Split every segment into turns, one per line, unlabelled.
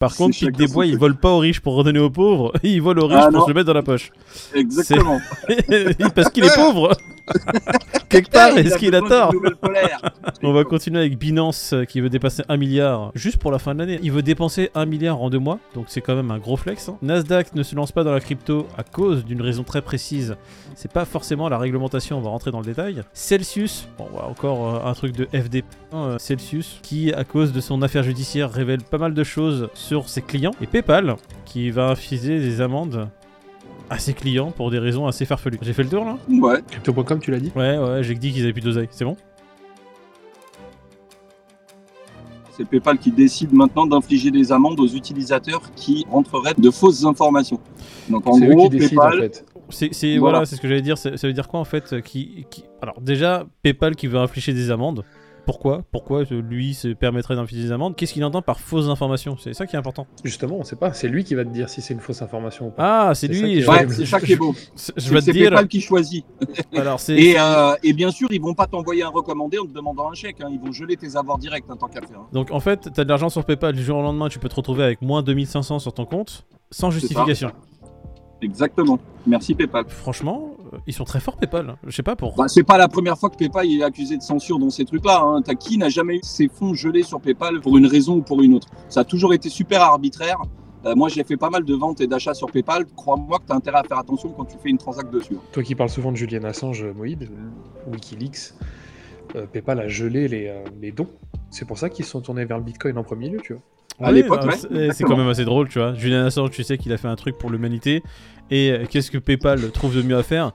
Par contre,
chacun
Pic des
son
Bois, ils
truc.
volent pas aux riches pour redonner aux pauvres, ils volent aux riches
Ah,
pour
non.
se le mettre dans la poche.
Exactement.
Parce qu'il est pauvre Quelque part,
Il
est-ce qu'il a
besoin d'une
tort
nouvelle polaire.
On va continuer avec Binance euh, qui veut dépasser 1 milliard juste pour la fin de l'année. Il veut dépenser 1 milliard en deux mois, donc c'est quand même un gros flex. hein. Nasdaq ne se lance pas dans la crypto à cause d'une raison très précise. C'est pas forcément la réglementation, on va rentrer dans le détail. Celsius, bon, voilà, encore euh, un truc de FDP. hein, euh, Celsius, qui à cause de son affaire judiciaire révèle pas mal de choses sur ses clients. Et PayPal, qui va infuser des amendes à ses clients pour des raisons assez farfelues. J'ai fait le tour là
Ouais.
Crypto.com, tu l'as dit
Ouais, ouais, j'ai dit qu'ils avaient plus d'oseille, c'est bon
C'est PayPal qui décide maintenant d'infliger des amendes aux utilisateurs qui rentreraient de fausses informations. Donc en
C'est eux
gros,
qui décident en
PayPal,
fait.
C'est c'est- voilà,
Voilà.
c'est ce que j'allais dire. c'est- Ça veut dire quoi en fait euh, qui, qui- Alors déjà, PayPal qui veut infliger des amendes. Pourquoi Pourquoi euh, lui se permettrait d'infliger des amendes Qu'est-ce qu'il entend par fausses informations C'est ça qui est important.
Justement, on sait pas. C'est lui qui va te dire si c'est une fausse information ou pas.
Ah, c'est
C'est ça qui
lui.
est
je-
ouais,
horrible.
je-
c'est ça qui est beau.
je- Je vais te
C'est c'est
dire.
PayPal qui choisit.
Alors c'est.
Et, euh, et bien sûr, ils vont pas t'envoyer un recommandé en te demandant un chèque. hein. Ils vont geler tes avoirs directs en tant qu'affaire. hein.
Donc en fait, t'as de l'argent sur PayPal du jour au lendemain, tu peux te retrouver avec moins 2500 sur ton compte sans
ça.
justification.
Exactement. Merci PayPal.
Franchement, euh, ils sont très forts PayPal. Je sais pas pour.
Bah, c'est pas la première fois que PayPal est accusé de censure dans ces trucs-là. Hein. T'as qui n'a jamais eu ses fonds gelés sur PayPal pour une raison ou pour une autre Ça a toujours été super arbitraire. Euh, moi, j'ai fait pas mal de ventes et d'achats sur PayPal. Crois-moi que t'as intérêt à faire attention quand tu fais une transac dessus. hein.
Toi qui parles souvent de Julian Assange, euh, Moïd, euh, Wikileaks, euh, PayPal a gelé les, euh, les dons. C'est pour ça qu'ils se sont tournés vers le Bitcoin en premier lieu, tu vois.
à l'époque, ouais,
bah, c'est- eh, C'est quand même assez drôle, tu vois. Julian Assange, tu sais qu'il a fait un truc pour l'humanité. Et euh, qu'est-ce que PayPal trouve de mieux à faire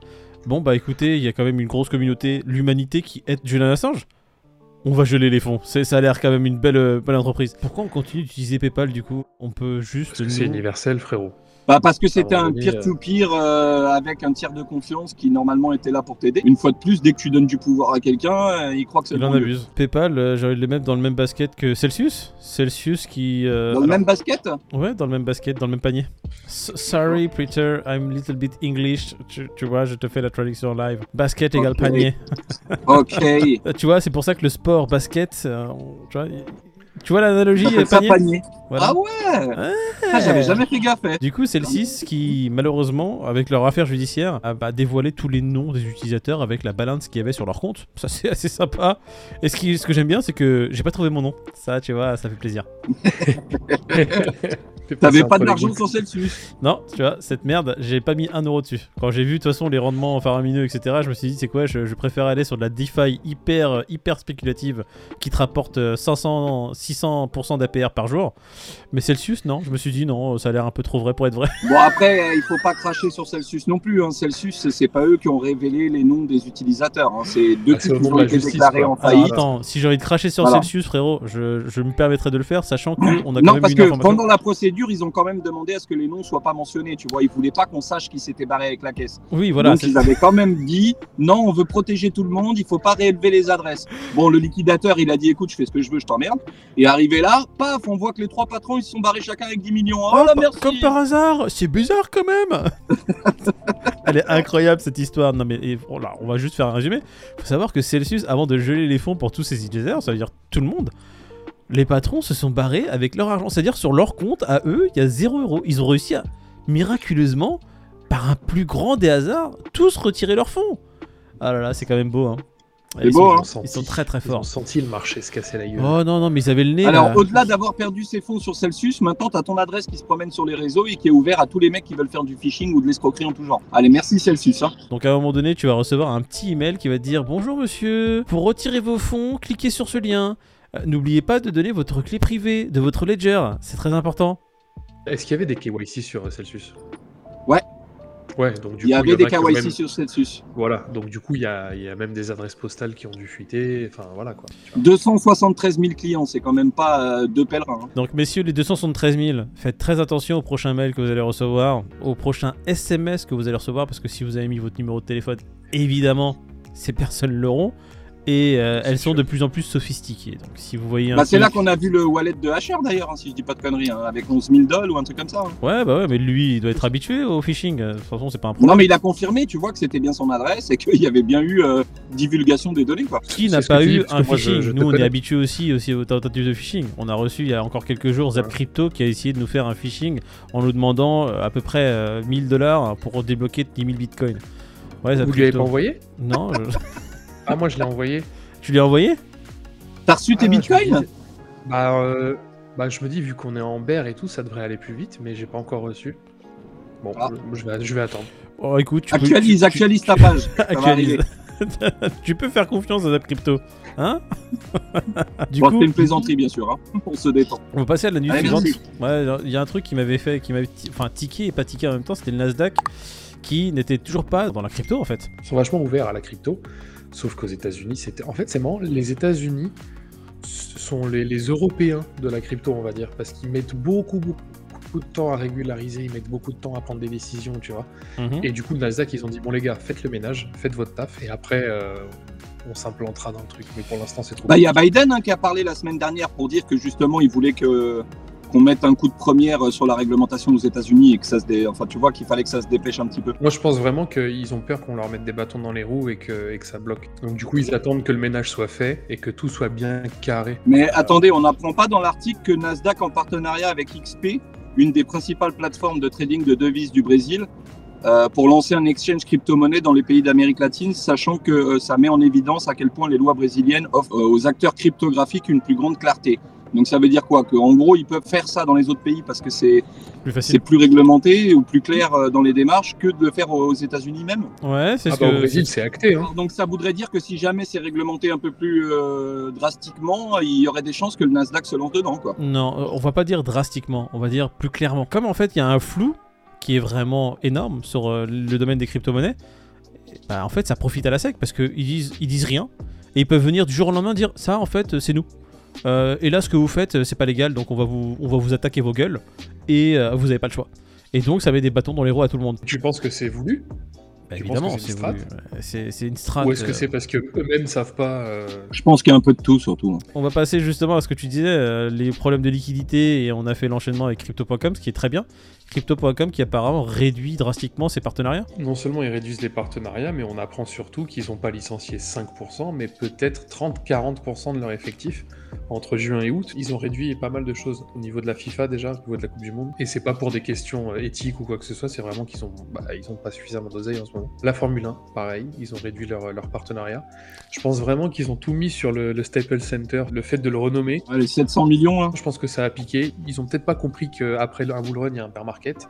Bon, bah écoutez, il y a quand même une grosse communauté, l'humanité, qui aide Julian Assange. On va geler les fonds. C'est- Ça a l'air quand même une belle, euh, belle entreprise. Pourquoi on continue d'utiliser PayPal du coup On peut juste.
Parce que c'est
nous-
universel, frérot.
Bah, parce que c'était
Ah,
À un
un
moment donné,
peer-to-peer euh, avec un tiers de confiance qui normalement était là pour t'aider. Une fois de plus, dès que tu donnes du pouvoir à quelqu'un, euh, il crois que c'est
Il
le
en
bon Dieu.
abuse. PayPal, euh, j'ai envie de les mettre dans le même basket que Celsius. Celsius qui. euh,
Dans le
alors-
même basket
Ouais, dans le même basket, dans le même panier. S- sorry, Peter, I'm little bit English. Tu, tu vois, je te fais la traduction live. Basket égale
Ok.
panier.
Ok.
Euh, Tu vois, c'est pour ça que le sport basket, euh, on- tu vois, y- tu vois l'analogie euh,
Ça fait ça,
panier
panier.
Voilà.
Ah ouais Ah, J'avais jamais fait gaffe. hein.
Du coup, c'est le 6 qui, malheureusement, avec leur affaire judiciaire, a bah, dévoilé tous les noms des utilisateurs avec la balance qu'il y avait sur leur compte. Ça, c'est assez sympa. Et ce, qui- ce que j'aime bien, c'est que j'ai pas trouvé mon nom. Ça, tu vois, ça fait plaisir.
T'avais pas de l'argent sur Celsius.
Non, tu vois, cette merde, j'ai pas mis un euro dessus. Quand j'ai vu, de toute façon, les rendements faramineux, etc., je me suis dit, c'est quoi, je, je préfère aller sur de la DeFi hyper, hyper spéculative qui te rapporte euh, 500, 600% d'APR par jour. Mais Celsius, non, je me suis dit, non, euh, ça a l'air un peu trop vrai pour être vrai.
Bon après, euh, il faut pas cracher sur Celsius non plus. Hein. Celsius, c'est- c'est pas eux qui ont révélé les noms des utilisateurs. hein. C'est deux
Ah, c'est au
types qui
nom de
ont
la
été
justice,
déclarés
quoi.
en
Ah,
Alors,
faillite.
oui.
attends, si j'ai envie de cracher sur
Voilà.
Celsius, frérot, je, je me permettrai de le faire, sachant qu'on a quand
non,
même
parce
une
que
information.
pendant la procédure, ils ont quand même demandé à ce que les noms soient pas mentionnés. Tu vois, ils voulaient pas qu'on sache qui s'était barré avec la caisse.
Oui, voilà,
Donc
c'est-
ils avaient quand même dit non, on veut protéger tout le monde, il faut pas réélever les adresses. Bon, le liquidateur, il a dit écoute, je fais ce que je veux, je t'emmerde. Et arrivé là, paf, on voit que les trois patrons, ils se sont barrés chacun avec 10 millions. Oh,
Oh,
la
par-
merci.
Comme par hasard, c'est bizarre quand même. Elle est incroyable cette histoire. Non mais et- oh là, on va juste faire un résumé. Faut savoir que Celsius, avant de geler les fonds pour tous ces utilisateurs, ça veut dire tout le monde, les patrons se sont barrés avec leur argent. C'est-à-dire sur leur compte à eux, il y a 0 euros. Ils ont réussi à miraculeusement, par un plus grand des hasards, tous retirer leurs fonds. Ah là là, c'est quand même beau. Hein.
C'est
Ils
beau,
sont-
hein.
Ils sont très très
Ils ont
forts.
senti le marché se casser la gueule.
Oh non non, mais ils avaient le nez.
Alors,
là.
au-delà d'avoir perdu ses fonds sur Celsius, maintenant, tu as ton adresse qui se promène sur les réseaux et qui est ouvert à tous les mecs qui veulent faire du phishing ou de l'escroquerie en tout genre. Allez, merci Celsius. Hein.
Donc à un moment donné, tu vas recevoir un petit email qui va te dire Bonjour monsieur, pour retirer vos fonds, cliquez sur ce lien. Euh, N'oubliez pas de donner votre clé privée de votre ledger, c'est très important.
Est-ce qu'il y avait des KYC sur euh, Celsius
Ouais.
Ouais, donc du
Il y
coup,
avait des
en a qui ont
KYC
même-
sur Celsius.
Voilà, donc du coup, il y a, il y a même des adresses postales qui ont dû fuiter. Enfin, voilà quoi. tu vois.
273 000 clients, c'est quand même pas euh, deux pèlerins. hein.
Donc messieurs les 273 000, faites très attention au prochain mail que vous allez recevoir, au prochain SMS que vous allez recevoir, parce que si vous avez mis votre numéro de téléphone, évidemment, ces personnes l'auront. et euh, elles sont de plus en plus sophistiquées. Donc si vous voyez un
Bah, c'est
truc-
là qu'on a vu le wallet de Asher d'ailleurs, hein, si je dis pas de conneries, hein, avec 11 000 dollars ou un truc comme ça. hein.
Ouais, bah ouais, mais lui, il doit être habitué au phishing. De toute façon, c'est pas un problème.
Non mais il a confirmé, tu vois, que c'était bien son adresse et qu'il y avait bien eu euh, divulgation des données. Quoi.
Qui
C'est
n'a
ce
pas
que je dis,
eu
parce que
un
moi, je-
phishing
je te
Nous, on est
connais.
habitués aussi, aussi aux tentatives de phishing. On a reçu il y a encore quelques jours Zap
Ouais.
Crypto qui a essayé de nous faire un phishing en nous demandant euh, à peu près euh, 1000 dollars pour débloquer 10 000 bitcoins. Ouais, Zap
Vous lui avez
Crypto.
pas envoyé
Non, je-
Ah, moi je l'ai envoyé.
tu lui as envoyé
T'as reçu tes
Ah, je me
bitcoins
dis- bah, euh, bah, je me dis, vu qu'on est en bear et tout, ça devrait aller plus vite, mais j'ai pas encore reçu. Bon,
Ah.
je, je vais, je vais attendre.
Oh, écoute, tu peux-
Actualise,
tu- tu-
actualise ta page. ça va
actualise.
arriver.
tu peux faire confiance à Zap Crypto. Hein Du
Bon,
coup,
c'était une plaisanterie bien sûr, hein. on se détend.
on va passer à la nuit
Allez,
suivante.
merci.
Ouais, il y a un truc qui m'avait fait, qui m'avait ti- enfin tiqué et pas tiqué en même temps, c'était le Nasdaq qui n'était toujours pas dans la crypto en fait.
Ils sont vachement ouverts à la crypto, sauf qu'aux États-Unis, c'était. En fait, c'est marrant, les États-Unis ce sont les, les Européens de la crypto, on va dire, parce qu'ils mettent beaucoup, beaucoup, beaucoup de temps à régulariser, ils mettent beaucoup de temps à prendre des décisions, tu vois.
Mhm.
Mmh.
Et du coup, le Nasdaq, ils ont dit, bon, les gars, faites le ménage, faites votre taf, et après, euh, on s'implantera dans le truc. Mais pour l'instant, c'est trop.
Bah, il y a Biden hein, qui a parlé la semaine dernière pour dire que justement il voulait que qu'on mette un coup de première euh, sur la réglementation aux États-Unis et que ça se dé... enfin tu vois qu'il fallait que ça se dépêche un petit peu.
Moi, je pense vraiment qu'ils ont peur qu'on leur mette des bâtons dans les roues et que, et que ça bloque. Donc, du coup, ils attendent que le ménage soit fait et que tout soit bien carré.
Mais attendez, on n'apprend pas dans l'article que Nasdaq en partenariat avec XP, une des principales plateformes de trading de devises du Brésil, euh, pour lancer un exchange crypto-monnaie dans les pays d'Amérique latine, sachant que euh, ça met en évidence à quel point les lois brésiliennes offrent euh, aux acteurs cryptographiques une plus grande clarté. Donc ça veut dire quoi Que en gros, ils peuvent faire ça dans les autres pays parce que c'est
Plus
c'est
facile.
plus réglementé ou plus clair euh, dans les démarches que de le faire aux États-Unis même.
Ouais, c'est
Ah
ce
bah,
que.
au Brésil, c'est acté. Hein.
Donc ça voudrait dire que si jamais c'est réglementé un peu plus euh, drastiquement, il y aurait des chances que le Nasdaq se lance dedans, quoi.
Non, euh, on va pas dire drastiquement, on va dire plus clairement. Comme en fait, il y a un flou qui est vraiment énorme sur euh, le domaine des crypto-monnaies, bah, en fait, ça profite à la SEC parce qu'ils disent, ils disent rien et ils peuvent venir du jour au lendemain dire ça, en fait, euh, c'est nous. Euh, et là, ce que vous faites, euh, c'est pas légal, donc on va vous, on va vous attaquer vos gueules et euh, vous avez pas le choix. Et donc, ça met des bâtons dans les roues à tout le monde.
Tu penses que c'est voulu
Bah,
Tu penses
évidemment,
que c'est une
c'est voulu. Ouais, Euh, c'est c'est une strat.
Ou est-ce que
euh,
c'est parce que eux-mêmes savent pas euh,
Je pense qu'il y a un peu de tout surtout. hein.
On va passer justement à ce que tu disais, euh, les problèmes de liquidité, et on a fait l'enchaînement avec Crypto.com, ce qui est très bien. Crypto.com qui apparemment réduit drastiquement ses partenariats.
Non seulement ils réduisent les partenariats, mais on apprend surtout qu'ils n'ont pas licencié 5%, mais peut-être 30-40% de leur effectif entre juin et août. Ils ont réduit pas mal de choses au niveau de la FIFA déjà, au niveau de la Coupe du Monde. Et c'est pas pour des questions euh, éthiques ou quoi que ce soit, c'est vraiment qu'ils ont, bah, ils ont pas suffisamment d'oseille en ce moment. La Formule 1, pareil, ils ont réduit leur, leur partenariat. Je pense vraiment qu'ils ont tout mis sur le, le Staples Center, le fait de le renommer.
les 700 millions, hein. là.
Je pense que ça a piqué. Ils ont peut-être pas compris qu'après un bull run, il y a un bear market.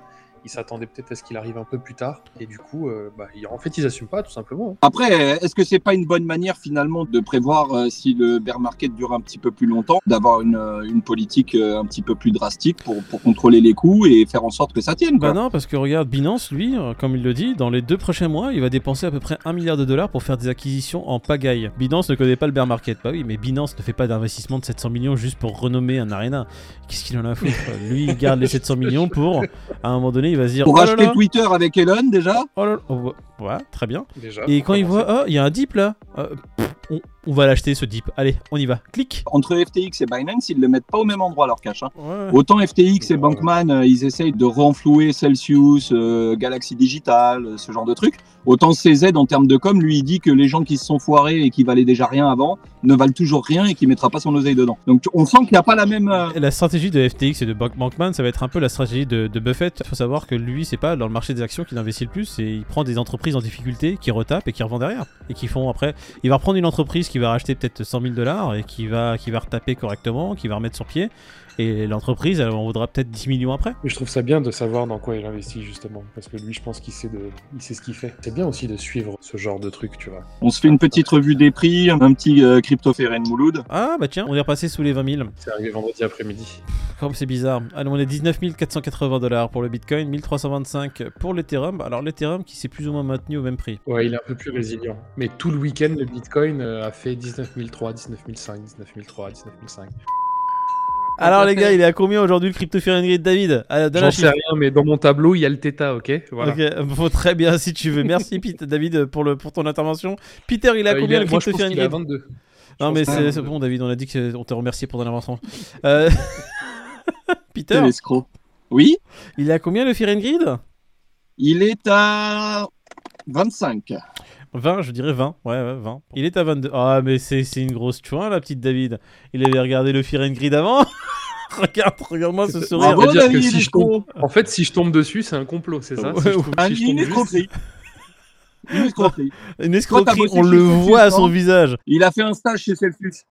Ils s'attendaient peut-être à ce qu'il arrive un peu plus tard. Et du coup, euh, bah, ils- en fait, ils assument pas, tout simplement.
Après, est-ce que c'est pas une bonne manière finalement de prévoir euh, si le bear market dure un petit peu plus longtemps, d'avoir une, euh, une politique euh, un petit peu plus drastique pour, pour contrôler les coûts et faire en sorte que ça tienne quoi.
Bah non, parce que regarde, Binance, lui, euh, comme il le dit, dans les deux prochains mois, il va dépenser à peu près 1 milliard de dollars pour faire des acquisitions en pagaille. Binance ne connaît pas le bear market. Bah oui, mais Binance ne fait pas d'investissement de 700 millions juste pour renommer un arena. Qu'est-ce qu'il en a à foutre quoi Lui, il garde les 700 millions pour, à un moment donné, il va se dire...
Pour
oh là
acheter
là,
Twitter avec Elon déjà
oh là là, oh, ouais, très bien.
hein, Déjà.
Et quand
Pour
il
commencer.
voit, oh, il y a un dip là, Euh, pff, on, on va l'acheter ce dip. Allez, on y va, clic.
Entre FTX et Binance, ils ne le mettent pas au même endroit leur cash. hein.
Ouais.
Autant FTX et
Ouais.
Bankman, euh, ils essayent de renflouer Celsius, euh, Galaxy Digital, euh, ce genre de trucs. Autant CZ, en termes de com, lui, il dit que les gens qui se sont foirés et qui valaient déjà rien avant ne valent toujours rien et qui mettra pas son oseille dedans. Donc tu- on sent qu'il n'y a pas la même. euh,
La stratégie de FTX et de Bank- Bankman, ça va être un peu la stratégie de, de Buffett. Il faut savoir que lui, c'est pas dans le marché des actions qu'il investit le plus, c'est il prend des entreprises en difficulté, qui retape et qui revend derrière. Et qui font après. Il va reprendre une entreprise qui va racheter peut-être 100 000 dollars et qui va, qui va retaper correctement, qui va remettre sur pied. Et l'entreprise, elle en vaudra peut-être 10 millions après.
Mais je trouve ça bien de savoir dans quoi il investit, justement. Parce que lui, je pense qu'il sait, de... il sait ce qu'il fait. C'est bien aussi de suivre ce genre de truc, tu vois.
On se fait une petite revue des prix, un petit euh, crypto Ferren Mouloud.
Ah bah tiens, on est repassé sous les 20 000.
C'est arrivé vendredi après-midi.
Comme c'est bizarre. Allez, on est 19 480 dollars pour le Bitcoin, 1325 pour l'Ethereum. Alors l'Ethereum qui s'est plus ou moins maintenu au même prix.
Ouais, il est un peu plus résilient. Mais tout le week-end, le Bitcoin euh, a fait 19 003, 19 005, 19 003, 19 005.
Alors les gars, il est à combien aujourd'hui le crypto de David Ah, donne un
J'en sais
chiffre.
rien, mais dans mon tableau, il y a le Theta, ok Voilà.
Ok, euh, faut très bien si tu veux. Merci Pete, David pour, le, pour ton intervention. Peter, il a
Euh,
combien
est-
le
moi, je
crypto
pense qu'il est à 22.
Non mais
pense
c'est
que-
c'est bon David, on a dit qu'on te remerciait pour ton intervention. Euh, Peter,
Quel escroc. Oui,
il a combien le Fear Grid
il est à 25.
20, je dirais 20. Ouais, ouais, 20. Il est à 22. Ah, mais c'est c'est une grosse chouin, la petite David. Il avait regardé le Fear Grid avant. regarde, regarde-moi ce
C'est-
sourire.
veut
Bravo
dire que
David,
si je
escroc.
En fait, si je tombe dessus, c'est un complot, c'est ça
Ouais,
Si je
ouais.
tombe-
Un-
si je
Une
tombe juste-
escroquerie. Une escroquerie.
Une
Toi, t'as
escroquerie,
bossé
on
chez
le
Celsius,
voit à son
non
visage.
Il a fait un stage chez Celsius.